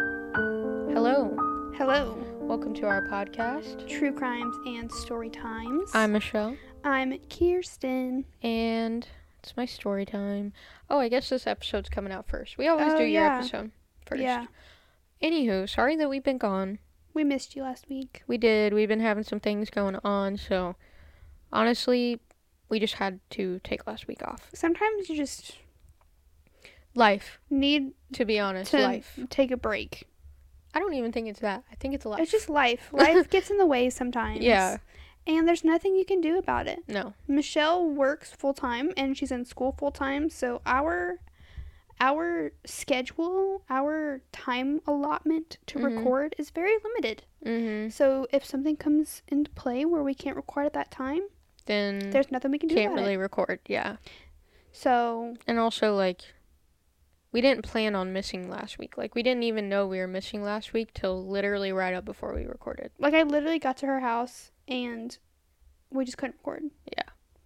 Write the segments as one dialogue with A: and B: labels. A: Hello,
B: Hello.
A: welcome to our podcast.
B: True crimes and story times.
A: I'm Michelle,
B: I'm Kirsten.
A: and it's my story time. Oh, I guess this episode's coming out first. We always
B: Oh,
A: do your
B: yeah.
A: episode first.
B: Yeah,
A: Anywho, sorry that we've been gone.
B: we missed you last week.
A: We did. We've been having some things going on, so honestly, we just had to take last week off.
B: Sometimes you just
A: Life,
B: need
A: to be honest,
B: to
A: life.
B: take a break.
A: I don't even think it's that. I think it's life.
B: It's just life. Life gets in the way sometimes.
A: Yeah.
B: And there's nothing you can do about it.
A: no.
B: Michelle works full time and she's in school full time, so our our schedule, our time allotment to
A: Mhm.
B: record is very limited.
A: Mm-hmm.
B: So if something comes into play where we can't record at that time,
A: Then
B: there's nothing we can do
A: Mm. can't
B: about
A: really
B: it.
A: record. Yeah,
B: So
A: and also like we didn't plan on missing last week like we didn't even know we were missing last week till literally right up before we recorded
B: like I literally got to her house and we just couldn't record.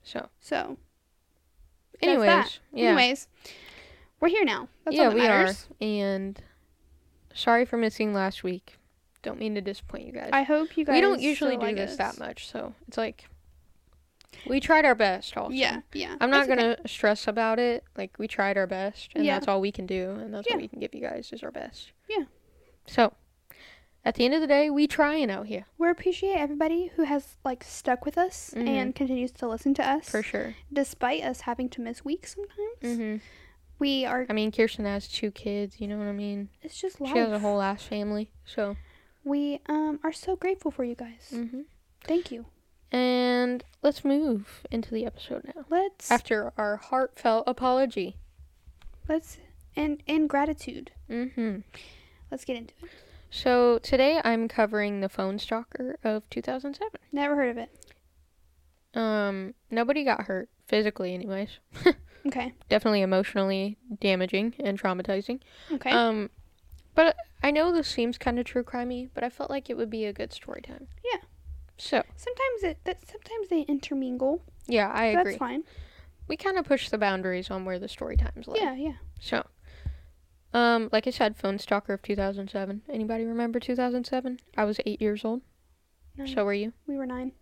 A: so
B: So That's
A: anyways
B: that.
A: yeah
B: anyways, we're here now. That's
A: yeah
B: all that
A: we
B: matters.
A: are and sorry for missing last week don't mean to disappoint you guys,
B: I hope you guys
A: we don't usually
B: still
A: do
B: like
A: this
B: us.
A: that much so it's like we tried our best also
B: Yeah, yeah.
A: i'm not
B: It's okay.
A: gonna stress about it like we tried our best and
B: Yeah.
A: that's all we can do and that's
B: Yeah.
A: all we can give you guys is our best
B: Yeah.
A: so at the end of the day we trying out here
B: We appreciate everybody who has like stuck with us
A: Mhm.
B: and continues to listen to us,
A: for sure
B: despite us having to miss weeks sometimes.
A: hmm
B: We are.
A: I mean, Kirsten has two kids. You know what I mean.
B: It's just life.
A: She has a whole ass family. So.
B: We um are so grateful for you guys. Thank you.
A: And let's move into the episode now.
B: Let's
A: After our heartfelt apology.
B: let's and in gratitude.
A: hmm
B: Let's get into it.
A: So today I'm covering the phone stalker of 2007.
B: Never heard of it.
A: Um, nobody got hurt physically, anyways.
B: Okay.
A: Definitely emotionally damaging and traumatizing.
B: Okay.
A: Um, but I know this seems kind of true crimey, but I felt like it would be a good story time.
B: Yeah.
A: So
B: sometimes it that sometimes they intermingle.
A: yeah, I
B: That's
A: agree.
B: fine.
A: we kind of push the boundaries on where the story times lay.
B: Yeah, yeah.
A: So, um, like I said, Phone Stalker of 2007. Anybody remember 2007? I was eight years old.
B: Nine.
A: So were you?
B: we were nine.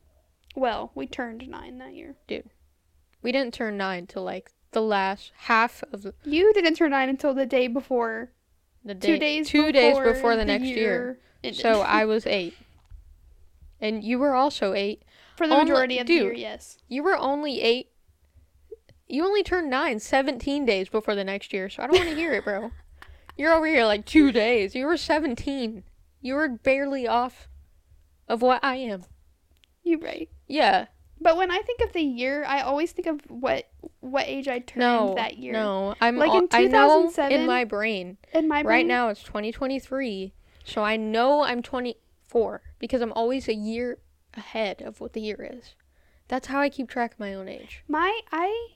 B: Well, we turned nine that year.
A: We didn't turn nine till like the last half of the
B: You didn't turn nine until the day before.
A: day.
B: Two days.
A: Two
B: before
A: days before the next year.
B: ended.
A: So I was eight. And you were also eight.
B: For the
A: Only-
B: majority of the
A: dude.
B: year, yes.
A: You were only eight. You only turned nine 17 days before the next year, so I don't want to hear it, bro. You're over here like two days. You were 17. You were barely off of what I am.
B: You're right.
A: Yeah.
B: But when I think of the year, I always think of what what age I turned
A: no,
B: that year.
A: No, I'm
B: Like
A: like
B: in
A: I know
B: 2007
A: in my brain
B: In my
A: right
B: brain,
A: now it's 2023, so I know I'm 24 because I'm always a year ahead of what the year is. That's how I keep track of my own age.
B: my I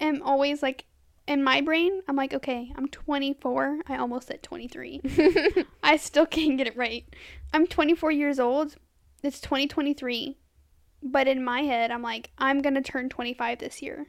B: am always like in my brain, I'm like, okay, I'm 24. I almost said 23. I still can't get it right. I'm 24 years old. It's 2023. But in my head, I'm like, I'm going to turn 25 this year.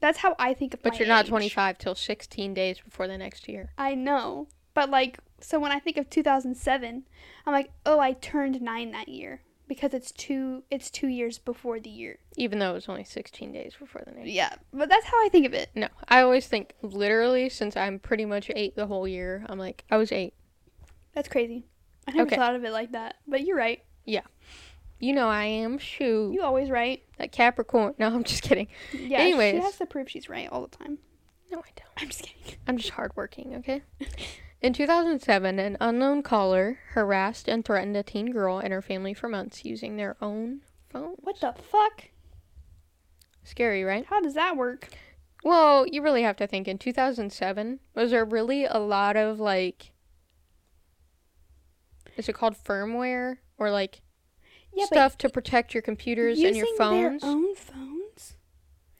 B: That's how I think of
A: but
B: my
A: you're not
B: age.
A: 25 till 16 days before the next year.
B: I know. But like, so when I think of 2007, I'm like, oh, I turned nine that year because it's two it's two years before the year.
A: Even though it was only 16 days before the next. year.
B: Yeah, but that's how I think of it.
A: No, I always think literally since I'm pretty much eight the whole year. I'm like I was eight.
B: That's crazy. I never
A: Okay.
B: thought of it like that. But you're right.
A: You know I am. Shoot,
B: You always right.
A: that Capricorn. No, I'm just kidding.
B: Yeah. she
A: Anyways.
B: has to prove she's right all the time.
A: No, I don't.
B: I'm just kidding.
A: I'm just hardworking, okay? In 2007, an unknown caller harassed and threatened a teen girl and her family for months using their own phone.
B: What the fuck?
A: Scary, right?
B: How does that work?
A: Well, you really have to think in 2007, was there really a lot of like is it called firmware or like
B: Yeah, but
A: stuff to protect your computers and your
B: using
A: phones?
B: Their own phones.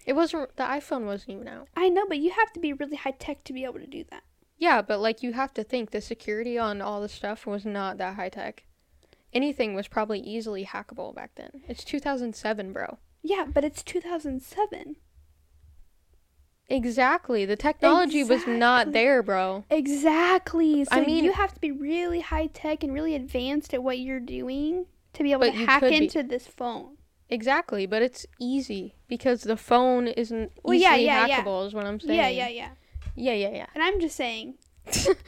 A: It wasn't the iPhone wasn't even out.
B: I know, but you have to be really high tech to be able to do that.
A: Yeah, but like you have to think the security on all the stuff was not that high tech. Anything was probably easily hackable back then. It's 2007, bro.
B: Yeah, but it's 2007.
A: Exactly. The technology was not
B: Exactly.
A: there, bro.
B: Exactly. So
A: I mean-
B: you have to be really high tech and really advanced at what you're doing to be able
A: But
B: to
A: you
B: hack
A: could be.
B: into this phone.
A: Exactly, but it's easy because the phone isn't
B: Well, yeah,
A: easily
B: yeah, yeah.
A: hackable is what I'm saying.
B: Yeah, yeah, yeah.
A: Yeah, yeah,
B: And I'm just saying.
A: yeah.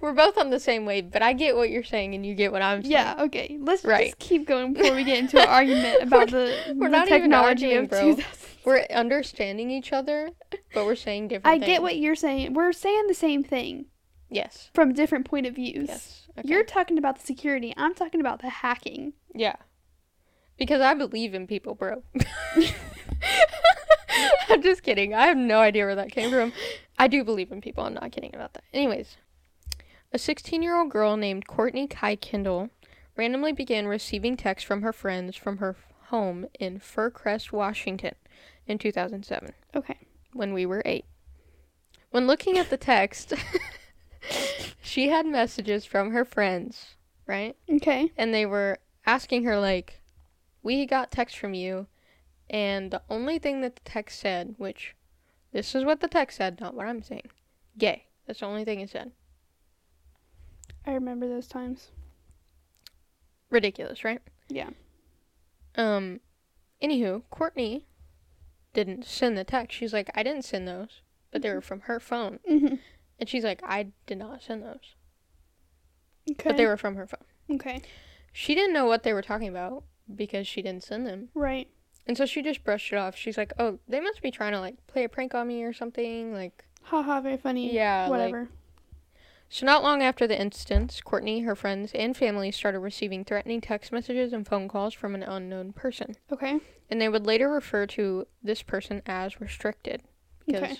A: We're both on the same wave, but I get what you're saying and you get what I'm saying.
B: Yeah, okay. Let's
A: Right.
B: just keep going before we get into an argument about the,
A: we're
B: the
A: not even
B: technology
A: arguing,
B: of
A: bro.
B: 2000.
A: We're understanding each other, but we're saying different
B: I
A: things.
B: get what you're saying. We're saying the same thing
A: Yes.
B: from different point of views.
A: Yes. Okay.
B: You're talking about the security. I'm talking about the hacking.
A: Yeah. Because I believe in people, bro. I'm just kidding. I have no idea where that came from. I do believe in people. I'm not kidding about that. Anyways, a 16 year old girl named Courtney Kai Kendall randomly began receiving texts from her friends from her home in Fircrest, Washington in 2007
B: Okay.
A: when we were eight. When looking at the text, she had messages from her friends, right?
B: Okay.
A: and they were asking her like we got text from you and the only thing that the text said which this is what the text said not what i'm saying gay that's the only thing it said
B: I remember those times.
A: ridiculous right
B: Yeah.
A: um anywho courtney didn't send the text she's like i didn't send those but they were from her phone
B: Mm-hmm.
A: and she's like i did not send those
B: Okay.
A: but they were from her phone
B: okay.
A: she didn't know what they were talking about because she didn't send them
B: Right.
A: And so she just brushed it off. She's like, "Oh, they must be trying to like play a prank on me or something." Like,
B: Haha, very funny.
A: yeah, like-
B: Whatever.
A: so not long after the instance, Courtney, her friends, and family started receiving threatening text messages and phone calls from an unknown person,
B: okay.
A: and they would later refer to this person as restricted because
B: Okay.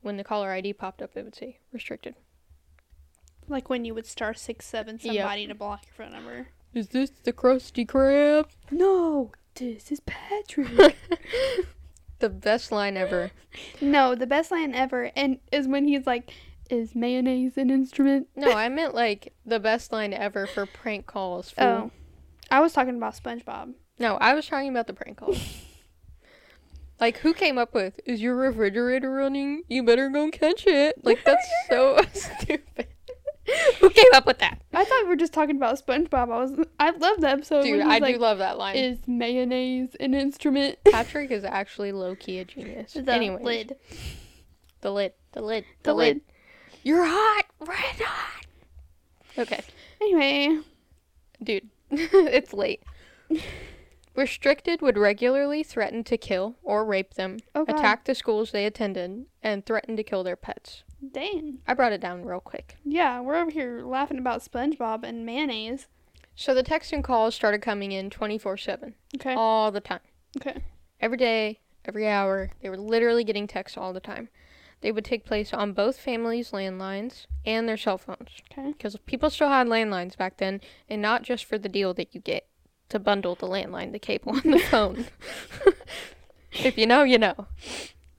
A: when the caller ID popped up, it would say restricted.
B: Like when you would star six seven
A: Yep.
B: somebody to block your phone number.
A: Is this the Krusty Krab?
B: No, this is Patrick.
A: The best line ever.
B: no, the best line ever, and is when he's like, "Is mayonnaise an instrument?"
A: no, I meant like the best line ever for prank calls. fool.
B: Oh, I was talking about SpongeBob.
A: No, I was talking about the prank call. like, who came up with, is your refrigerator running? You better go catch it. Like, that's so stupid. who came up with that?
B: I thought we were just talking about SpongeBob. I was, I love the episode.
A: Dude,
B: when he's
A: I
B: like,
A: do love that line.
B: Is mayonnaise an instrument?
A: Patrick is actually low key a genius.
B: the
A: Anyways,
B: lid,
A: The lid. The lid.
B: the lid.
A: You're hot. Red hot. Okay.
B: Anyway,
A: Dude, it's late. Restricted would regularly threaten to kill or rape them,
B: oh god,
A: attack the schools they attended, and threaten to kill their pets.
B: dang,
A: I brought it down real quick.
B: yeah, we're over here laughing about SpongeBob and mayonnaise.
A: So the texts and calls started coming in 24 7,
B: Okay,
A: all the time.
B: okay,
A: Every day, every hour, they were literally getting texts all the time. They would take place on both families' landlines and their cell phones.
B: okay,
A: Because people still had landlines back then, and not just for the deal that you get to bundle the landline, the cable, and the phone. if you know, you know.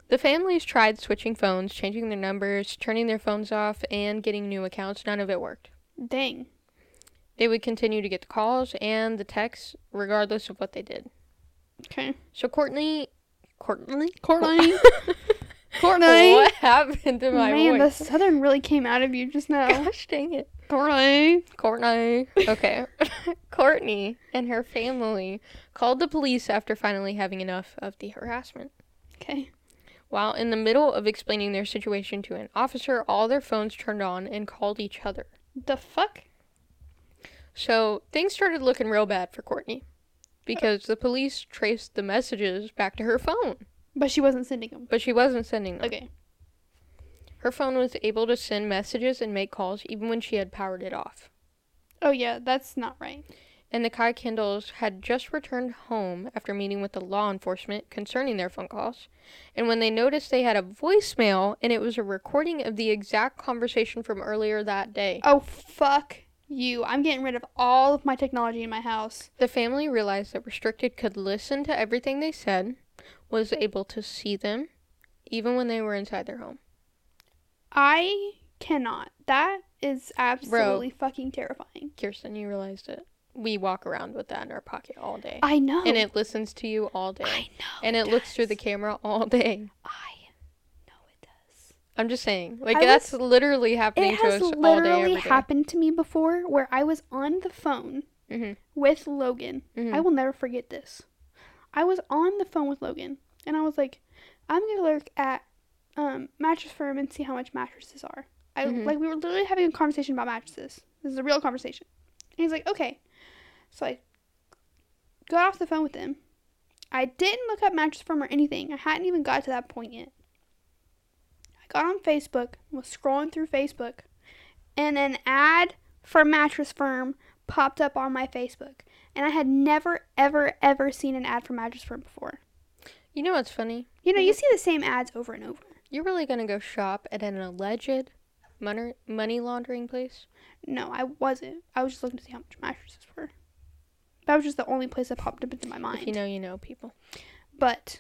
A: The families tried switching phones, changing their numbers, turning their phones off, and getting new accounts. None of it worked.
B: dang,
A: They would continue to get the calls and the texts regardless of what they did.
B: okay.
A: So Courtney Courtney
B: Courtney. Courtney.
A: What happened to my
B: Man,
A: voice?
B: the southern really came out of you just now.
A: Gosh dang it.
B: Courtney.
A: Courtney. Okay. Courtney and her family called the police after finally having enough of the harassment.
B: Okay.
A: While in the middle of explaining their situation to an officer, all their phones turned on and called each other.
B: The fuck?
A: So things started looking real bad for Courtney because the police traced the messages back to her phone.
B: But she wasn't sending them.
A: But she wasn't sending them.
B: Okay.
A: Her phone was able to send messages and make calls even when she had powered it off.
B: Oh yeah, that's not right.
A: and the Kai Kindles had just returned home after meeting with the law enforcement concerning their phone calls. And when they noticed they had a voicemail and it was a recording of the exact conversation from earlier that day,
B: Oh, fuck you. I'm getting rid of all of my technology in my house.
A: the family realized that Restricted could listen to everything they said, was able to see them, even when they were inside their home.
B: I cannot. That is absolutely fucking terrifying.
A: Kirsten, you realized it. We walk around with that in our pocket all day.
B: I know.
A: and it listens to you all day.
B: I know.
A: and it looks through the camera all day.
B: I know it does.
A: I'm just saying, like
B: I
A: that's literally happening
B: It
A: to
B: has
A: us all day,
B: literally
A: every day.
B: happened to me before where I was on the phone
A: Mhm.
B: with Logan.
A: Mhm.
B: I will never forget this. I was on the phone with Logan and I was like, I'm gonna look at um, mattress firm and see how much mattresses are. I
A: Mhm.
B: like we were literally having a conversation about mattresses. This is a real conversation. And he's like, okay. So I got off the phone with him. I didn't look up mattress firm or anything. I hadn't even got to that point yet. I got on Facebook, was scrolling through Facebook, and an ad for mattress firm popped up on my Facebook. And I had never, ever, ever seen an ad for mattress firm before.
A: You know what's funny?
B: You know, you see the same ads over and over.
A: You're really gonna go shop at an alleged money money laundering place?
B: No, I wasn't. I was just looking to see how much mattresses were. That was just the only place that popped up into my mind.
A: If you know, you know, people.
B: But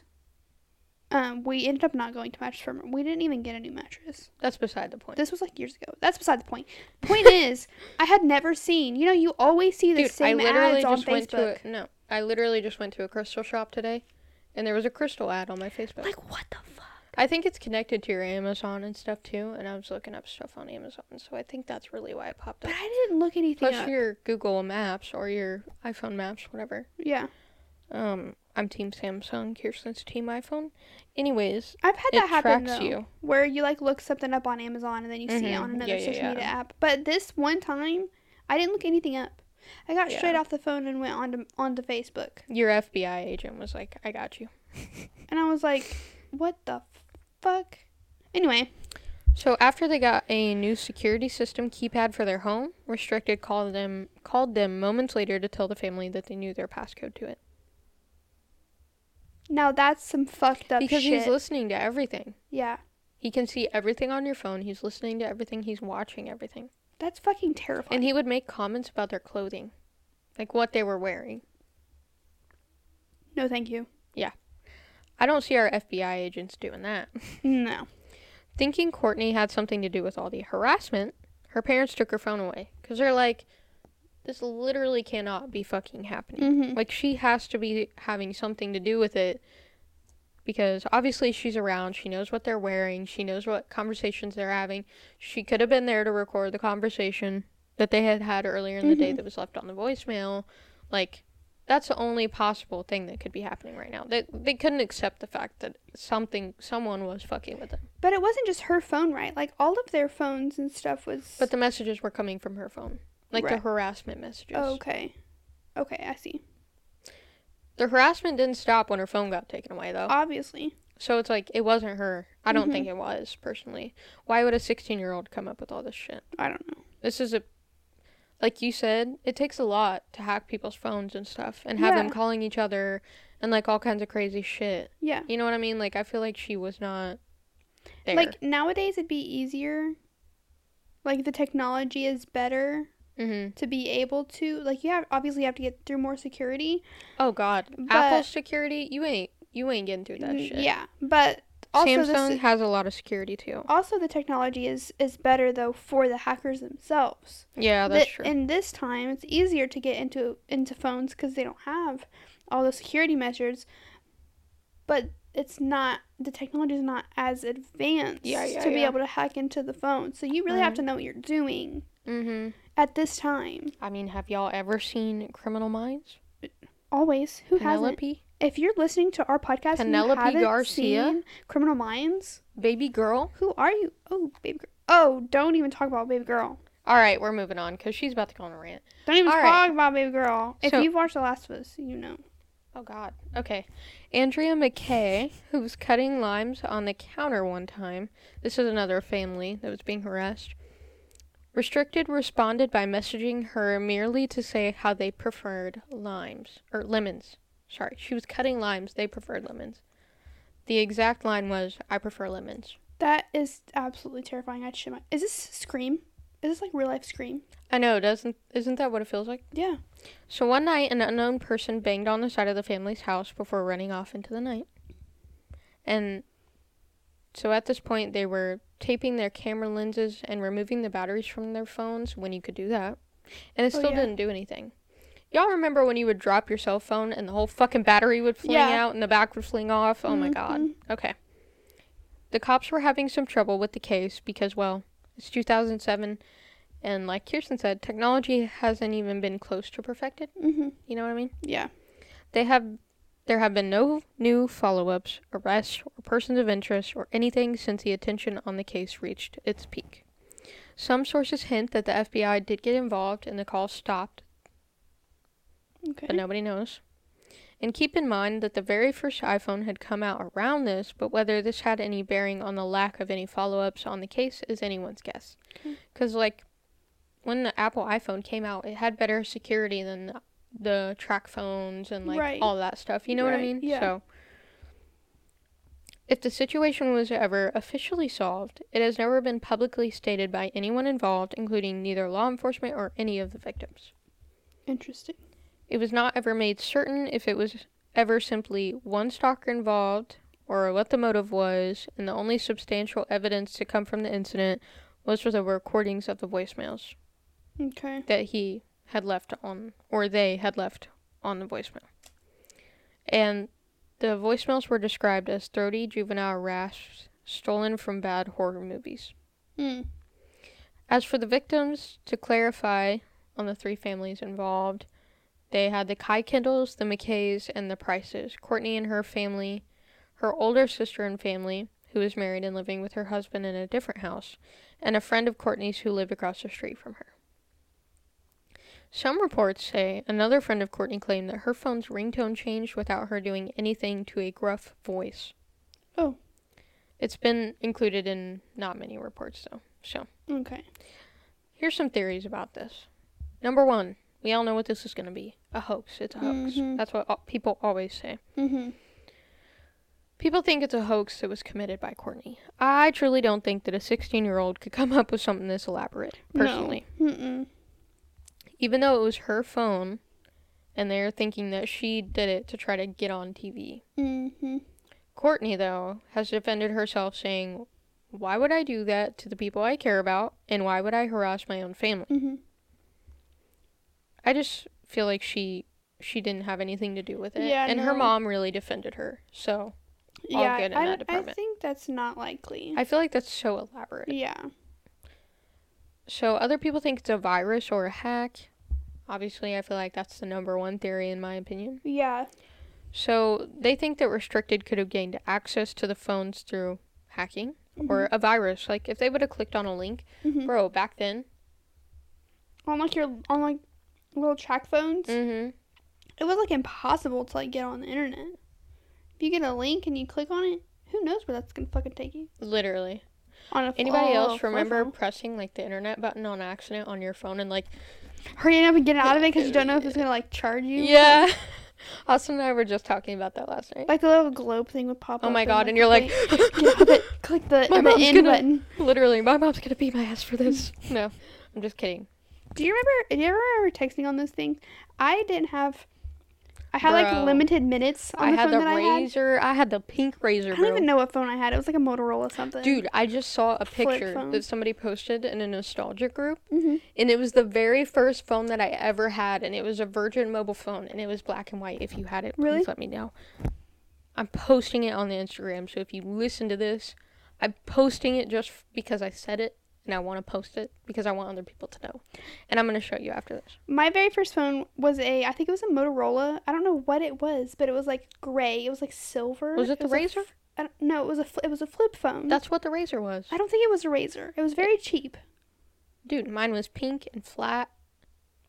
B: um, we ended up not going to mattress firm. We didn't even get a new mattress.
A: That's beside the point.
B: This was like years ago. That's beside the point. Point is, I had never seen. You know, you always see the
A: Dude, I
B: same
A: literally
B: ads on
A: just went
B: Facebook.
A: to a, no. I literally just went to a crystal shop today, and there was a crystal ad on my Facebook.
B: Like what the fuck?
A: I think it's connected to your Amazon and stuff too. And I was looking up stuff on Amazon, so I think that's really why it popped
B: But
A: up.
B: I didn't look anything
A: Plus
B: up.
A: your Google Maps or your iPhone Maps, whatever.
B: Yeah,
A: Um, I'm Team Samsung. Kirsten's Team iPhone. Anyways,
B: I've had
A: it
B: that happen
A: tracks
B: though,
A: you.
B: where you like look something up on Amazon and then you see it
A: Mhm.
B: on
A: Yeah,
B: another
A: yeah,
B: social
A: yeah.
B: media app. But this one time, I didn't look anything up. I got
A: Yeah.
B: straight off the phone and went onto onto Facebook,
A: Your FBI agent was like, "I got you."
B: and I was like, "What the fuck?" Anyway,
A: So after they got a new security system keypad for their home, restricted called them called them moments later to tell the family that they knew their passcode to it
B: now that's some fucked up
A: because
B: shit.
A: he's listening to everything.
B: yeah,
A: He can see everything on your phone. He's listening to everything. He's watching everything.
B: that's fucking terrifying.
A: And he would make comments about their clothing, like what they were wearing.
B: no, thank you.
A: I don't see our FBI agents doing that.
B: No.
A: Thinking Courtney had something to do with all the harassment, her parents took her phone away because they're like, this literally cannot be fucking happening.
B: Mm-hmm.
A: Like, she has to be having something to do with it because obviously she's around. She knows what they're wearing. She knows what conversations they're having. She could have been there to record the conversation that they had had earlier in the day
B: Mhm.
A: that was left on the voicemail. Like, that's the only possible thing that could be happening right now. They, they couldn't accept the fact that something, someone was fucking with them.
B: But it wasn't just her phone, right? Like all of their phones and stuff was.
A: But the messages were coming from her phone. Like the
B: Right. Oh.
A: harassment messages.
B: okay, okay, I see.
A: The harassment didn't stop when her phone got taken away, though.
B: Obviously,
A: so it's like, it wasn't her. I don't
B: Mm-hmm.
A: think it was, personally. Why would a 16 year old come up with all this shit?
B: I don't know.
A: This is a. Like you said, it takes a lot to hack people's phones and stuff and have them
B: Yeah.
A: calling each other and like all kinds of crazy shit.
B: Yeah,
A: You know what I mean? Like, I feel like she was not there.
B: like nowadays it'd be easier. Like the technology is better
A: hmm
B: to be able to like you have obviously you have to get through more security.
A: oh, God.
B: But-
A: Apple security, you ain't. You ain't getting through that
B: Mm,
A: shit.
B: Yeah, but also the
A: Samsung
B: se-
A: has a lot of security too.
B: also the technology is is better though for the hackers themselves.
A: Yeah, Oh, that's
B: Th-
A: true.
B: And this time it's easier to get into into phones because they don't have all the security measures. But it's not the technology is not as advanced
A: Yeah, yeah,
B: to be
A: yeah.
B: able to hack into the phone. So you really have to know what you're doing
A: mm-hmm.
B: at this time.
A: I mean, have y'all ever seen Criminal Minds?
B: Always, who hasn't?
A: Penelope,
B: If you're listening to our podcast,
A: Penelope
B: and you haven't
A: Garcia?
B: seen Criminal Minds.
A: baby girl.
B: Who are you? Oh, baby girl. Oh, don't even talk about baby girl.
A: All right, we're moving on because she's about to go on a rant.
B: Don't even
A: All
B: talk
A: right.
B: about baby girl. If
A: So-
B: you've watched The Last of Us, you know.
A: Oh God. Okay, Andrea McKay, who was cutting limes on the counter one time. This is another family that was being harassed. Restricted responded by messaging her merely to say how they preferred limes or lemons. Sorry, she was cutting limes, they preferred lemons. The exact line was, I prefer lemons.
B: That is absolutely terrifying. I'd shit my. Is this Scream? Is this like real life Scream?
A: I know, doesn't isn't that what it feels like?
B: Yeah.
A: So one night an unknown person banged on the side of the family's house before running off into the night. And so at this point they were taping their camera lenses and removing the batteries from their phones when you could do that. And it
B: Oh,
A: still
B: yeah.
A: didn't do anything. Y'all remember when you would drop your cell phone and the whole fucking battery would fling
B: Yeah.
A: out and the back would fling off? Oh my god.
B: Mhm.
A: Okay. The cops were having some trouble with the case because, well, it's 2007, and like Kirsten said, technology hasn't even been close to perfected.
B: hmm
A: You know what I mean?
B: Yeah.
A: They have, there have been no new follow-ups, arrests, or persons of interest, or anything since the attention on the case reached its peak. Some sources hint that the FBI did get involved and the call stopped
B: Okay.
A: but nobody knows. And keep in mind that the very first iPhone had come out around this, but whether this had any bearing on the lack of any follow ups on the case is anyone's guess.
B: Okay.
A: Because, like, when the Apple iPhone came out, it had better security than the, the track phones and, like,
B: Right.
A: all that stuff. You know what I
B: Right,
A: mean?
B: yeah.
A: So, if the situation was ever officially solved, it has never been publicly stated by anyone involved, including neither law enforcement or any of the victims.
B: Interesting.
A: It was not ever made certain if it was ever simply one stalker involved or what the motive was, and the only substantial evidence to come from the incident was for the recordings of the voicemails
B: Okay.
A: that he had left on, or they had left on the voicemail. And the voicemails were described as throaty juvenile rasps stolen from bad horror movies.
B: Mm.
A: As for the victims, to clarify on the three families involved, they had the Kai Kindles, the McKays, and the Prices. Courtney and her family, her older sister and family, who was married and living with her husband in a different house, and a friend of Courtney's who lived across the street from her. Some reports say another friend of Courtney claimed that her phone's ringtone changed without her doing anything to a gruff voice.
B: Oh.
A: It's been included in not many reports, though, so.
B: Okay.
A: Here's some theories about this. Number one, we all know what this is going to be a hoax. It's a hoax.
B: Mhm.
A: That's what al- people always say.
B: Mm-hmm.
A: People think it's a hoax that was committed by Courtney. I truly don't think that a 16 year old could come up with something this elaborate, personally.
B: No. Mm-mm.
A: Even though it was her phone, and they're thinking that she did it to try to get on TV.
B: Mm-hmm.
A: Courtney, though, has defended herself saying, Why would I do that to the people I care about, and why would I harass my own family?
B: Mm-hmm.
A: I just feel like she she didn't have anything to do with it.
B: Yeah,
A: and her
B: no.
A: mom really defended her. So All
B: Yeah.
A: good in
B: I,
A: that
B: I
A: department.
B: think that's not likely.
A: I feel like that's so elaborate.
B: yeah.
A: So other people think it's a virus or a hack. Obviously, I feel like that's the number one theory in my opinion.
B: Yeah.
A: So they think that restricted could have gained access to the phones through hacking or
B: Mm-hmm.
A: a virus. Like if they would have clicked on a link,
B: Mhm.
A: bro, back then.
B: On like your on like little track phones,
A: Mm-hmm.
B: it was like impossible to like get on the internet. If you get a link and you click on it, who knows where that's gonna fucking take you?
A: Literally.
B: On a
A: Anybody
B: on a
A: else
B: flip
A: remember
B: phone.
A: pressing like the internet button on accident on your phone and like
B: Hurrying up and getting out of it because you don't know if it's gonna like charge you.
A: Yeah. Austin and I were just talking about that last night.
B: Like the little globe thing would pop up.
A: Oh my god, and you're like
B: wait, get out of it. Click the,
A: My
B: the
A: mom's
B: end
A: gonna-
B: button.
A: literally, my mom's gonna beat my ass for this. No. I'm just kidding.
B: Do you remember? Do you ever remember texting on those things? I didn't have. I had
A: Bro.
B: like limited minutes on
A: I
B: the
A: had
B: phone
A: the
B: that I had.
A: razor, I had the pink razor,
B: I don't
A: bro.
B: even know what phone I had. It was like a Motorola something.
A: Dude, I just saw a
B: Flip
A: picture
B: phone.
A: that somebody posted in a nostalgia group
B: Mhm.
A: and it was the very first phone that I ever had and it was a Virgin mobile phone and it was black and white. If you had it,
B: Really?
A: please let me know. I'm posting it on the Instagram, so if you listen to this, I'm posting it just f- because I said it and I want to post it because I want other people to know. And I'm going to show you after this.
B: My very first phone was a. I think it was a Motorola. I don't know what it was, but it was like gray. It was like silver.
A: Was it the
B: a
A: Razor?
B: f- I don't, no, it was a. fl- It was a flip phone.
A: That's what the razor was.
B: I don't think it was a razor. It was very cheap.
A: Dude, mine was pink and flat.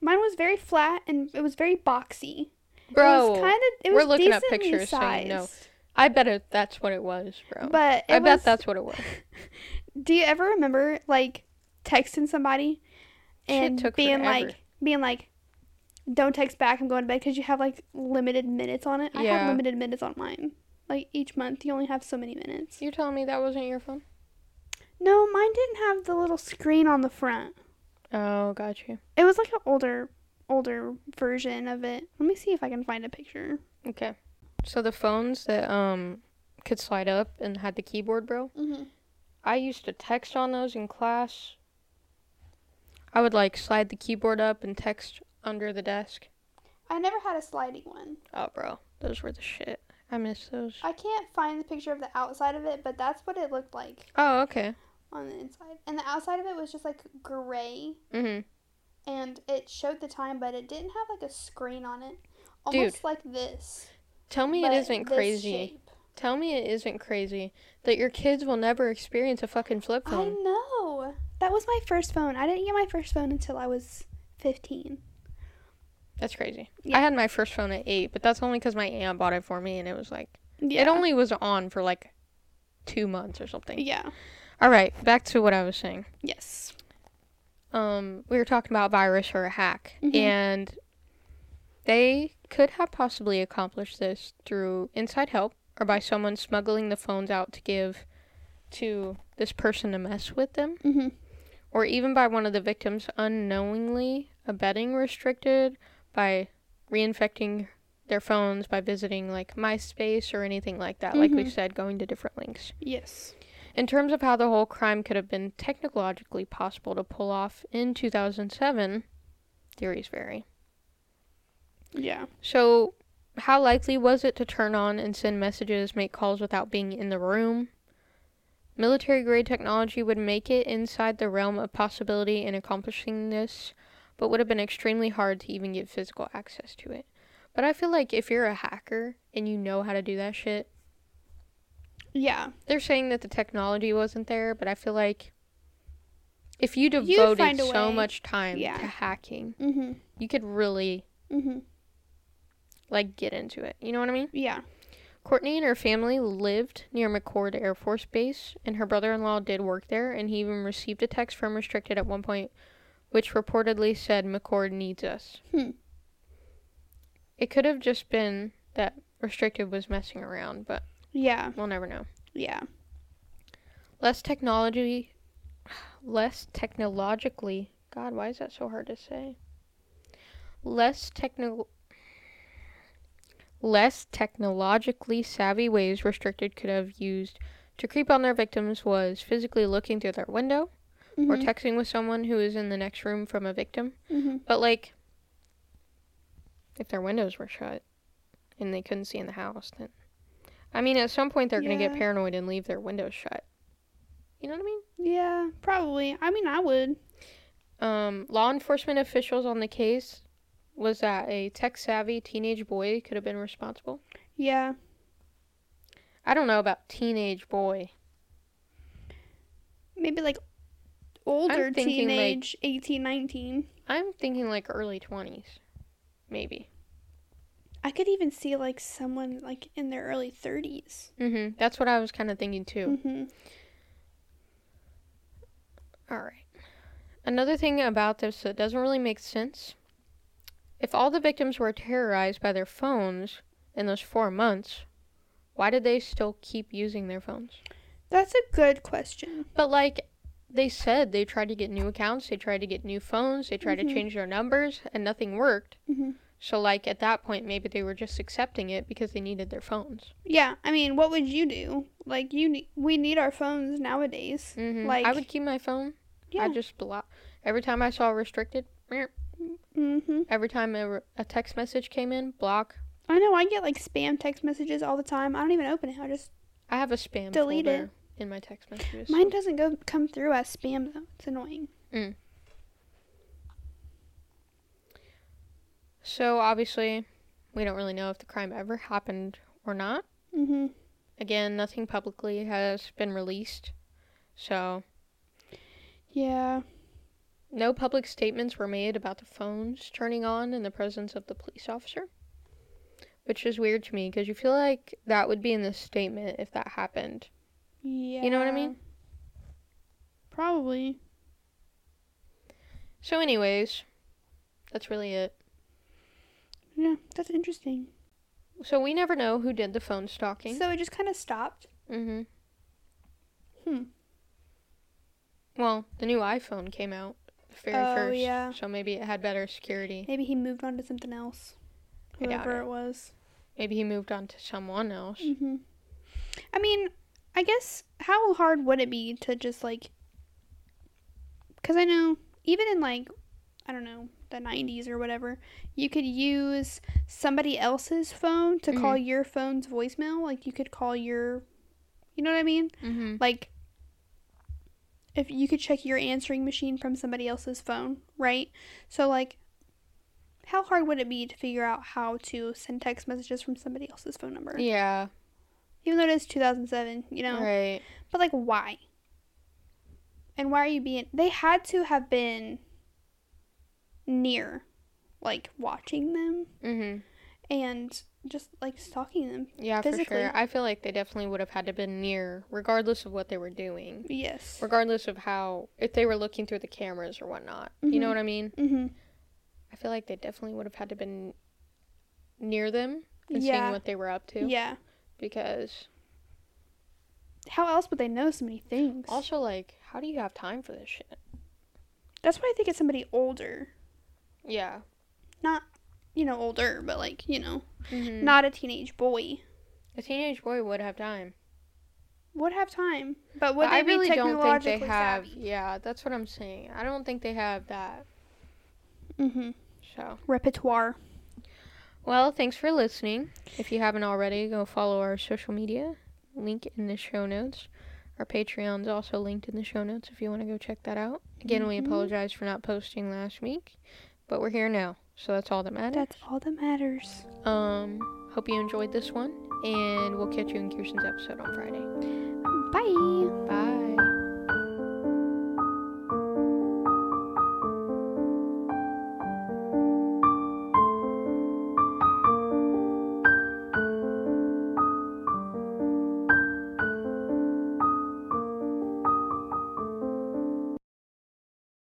B: Mine was very flat and it was very boxy. it
A: Bro,
B: was kind of. It
A: we're
B: was
A: looking at
B: decently
A: pictures, so you
B: sized.
A: know. I bet it, that's what it was, bro.
B: But it
A: I bet
B: was-
A: that's what it was.
B: Do you ever remember like texting somebody
A: Shit
B: and
A: took
B: being
A: forever.
B: like being like don't text back i'm going to bed because you have like limited minutes on it i have
A: Yeah.
B: limited minutes on mine like each month you only have so many minutes
A: You're telling me that wasn't your phone?
B: no mine didn't have the little screen on the front
A: Oh, got you.
B: it was like an older older version of it let me see if i can find a picture
A: Okay. So the phones that um could slide up and had the keyboard, bro.
C: Mhm.
A: I used to text on those in class. I would like slide the keyboard up and text under the desk.
B: i never had a sliding one
A: Oh, bro, those were the shit. I miss those.
B: i can't find the picture of the outside of it but that's what it looked like
A: Oh, okay.
B: on the inside and the outside of it was just like gray
A: Mhm.
B: and it showed the time, but it didn't have like a screen on it,
A: Dude.
B: almost like this.
A: Tell me
B: but
A: it isn't
B: this
A: crazy.
B: shape.
A: Tell me it isn't crazy that your kids will never experience a fucking flip
B: I
A: phone.
B: know. That was my first phone. I didn't get my first phone until I was fifteen.
A: That's crazy.
B: Yeah.
A: I had my first phone at eight, but that's only because my aunt bought it for me, and it was like
B: Yeah.
A: it only was on for like two months or something.
B: Yeah.
A: All right, back to what I was saying.
B: Yes.
A: Um, we were talking about virus or a hack,
B: Mhm.
A: and they could have possibly accomplished this through inside help or by someone smuggling the phones out to give to this person to mess with them,
B: Mm-hmm.
A: or even by one of the victims unknowingly abetting restricted by reinfecting their phones by visiting like MySpace or anything like that. Like we
B: Mhm.
A: said, going to different links.
B: Yes.
A: In terms of how the whole crime could have been technologically possible to pull off in 2007, theories vary.
B: Yeah.
A: So, how likely was it to turn on and send messages, make calls without being in the room? Military grade technology would make it inside the realm of possibility in accomplishing this, but would have been extremely hard to even get physical access to it. But I feel like if you're a hacker and you know how to do that shit,
B: Yeah.
A: they're saying that the technology wasn't there, but I feel like if you
B: You'd
A: devoted
B: find a
A: so
B: way.
A: much time
B: Yeah.
A: to hacking,
B: Mm-hmm.
A: you could really
B: Mm-hmm.
A: like get into it. You know what I mean?
B: Yeah.
A: Courtney and her family lived near McCord Air Force Base, and her brother-in-law did work there, and he even received a text from Restricted at one point, which reportedly said McCord needs us.
B: Hmm.
A: It could have just been that Restricted was messing around, but
B: Yeah.
A: we'll never know.
B: Yeah.
A: less technology less technologically god why is that so hard to say less techno less technologically savvy ways restricted could have used to creep on their victims was physically looking through their window or
B: Mhm.
A: texting with someone who is in the next room from a victim
B: Mhm.
A: but like if their windows were shut and they couldn't see in the house then i mean at some point they're going to get
B: Yeah.
A: paranoid and leave their windows shut you know what i mean
B: Yeah. Probably. I mean, I would.
A: um, law enforcement officials on the case was that a tech savvy teenage boy could have been responsible.
B: Yeah.
A: I don't know about teenage boy.
B: Maybe like older
A: thinking, like-
B: teenage, eighteen, nineteen.
A: I'm thinking like early 20s, maybe.
B: I could even see like someone like in their early 30s.
A: hmm That's what I was kind of thinking too.
B: Mm-hmm.
A: All right. Another thing about this that doesn't really make sense if all the victims were terrorized by their phones in those four months, why did they still keep using their phones?
B: That's a good question.
A: But like they said, they tried to get new accounts, they tried to get new phones, they tried to
B: Mhm.
A: change their numbers, and nothing worked.
B: Mhm.
A: So like at that point, maybe they were just accepting it because they needed their phones.
B: Yeah, I mean, what would you do? Like you ne- we need our phones nowadays.
A: Mm-hmm. Like I
B: Like-
A: would keep my phone.
B: Yeah.
A: I just block every time I saw restricted. meow.
B: mhm.
A: Every time a, re- a text message came in, block.
B: I know I get like spam text messages all the time. I don't even open it. I just
A: I have a spam
B: Delete
A: folder in my text messages.
B: mine doesn't go come through as spam though. It's annoying.
A: So obviously, we don't really know if the crime ever happened or not.
B: Mhm.
A: Again, nothing publicly has been released. So,
B: Yeah.
A: no public statements were made about the phones turning on in the presence of the police officer. Which is weird to me because you feel like that would be in the statement if that happened.
B: Yeah.
A: You know what I mean?
B: Probably.
A: So, anyways, that's really it.
B: Yeah, that's interesting.
A: So we never know who did the phone stalking.
B: So it just kind of stopped.
A: mm-hmm.
B: Hmm.
A: Well, the new iPhone came out the very
B: Oh,
A: first,
B: yeah.
A: so maybe it had better security.
B: Maybe he moved on to something else.
A: I doubt
B: Whoever
A: it.
B: it was.
A: Maybe he moved on to someone else.
B: hmm I mean, I guess how hard would it be to just like. Because I know, even in like, I don't know, the 90s or whatever, you could use somebody else's phone to call your phone's voicemail. Like, you could call your. You know what I mean?
A: Mm-hmm.
B: like if you could check your answering machine from somebody else's phone, right? So like how hard would it be to figure out how to send text messages from somebody else's phone number?
A: Yeah.
B: Even though it is 2007, you know.
A: Right.
B: But like why? And why are you being they had to have been near like watching them
A: Mm-hmm.
B: and just like stalking them.
A: Yeah,
B: Physically.
A: for sure. I feel like they definitely would have had to been near, regardless of what they were doing,
B: Yes.
A: regardless of how if they were looking through the cameras or whatnot. You know
B: Mhm.
A: what I mean?
B: Mhm.
A: I feel like they definitely would have had to been near them and
B: Yeah.
A: seeing what they were up to.
B: Yeah.
A: Because
B: How else would they know so many things?
A: also, like, how do you have time for this shit?
B: That's why I think it's somebody older.
A: Yeah.
B: You know, older, but like, you know,
A: Mm-hmm.
B: not a teenage boy.
A: a teenage boy would have time.
B: Would have time. But would
A: But
B: they
A: I really
B: be
A: don't think
B: technologically
A: they have.
B: savvy?
A: Yeah, that's what I'm saying. I don't think they have that.
B: Mm-hmm.
A: So.
B: Repertoire.
A: Well, thanks for listening. If you haven't already, go follow our social media, link in the show notes. Our Patreon's also linked in the show notes if you want to go check that out. Again, we
B: Mhm.
A: apologize for not posting last week, but we're here now, so that's all that matters.
B: That's all that matters.
A: Um, hope you enjoyed this one, and we'll catch you in Kirsten's episode on Friday.
B: Bye.
A: Bye.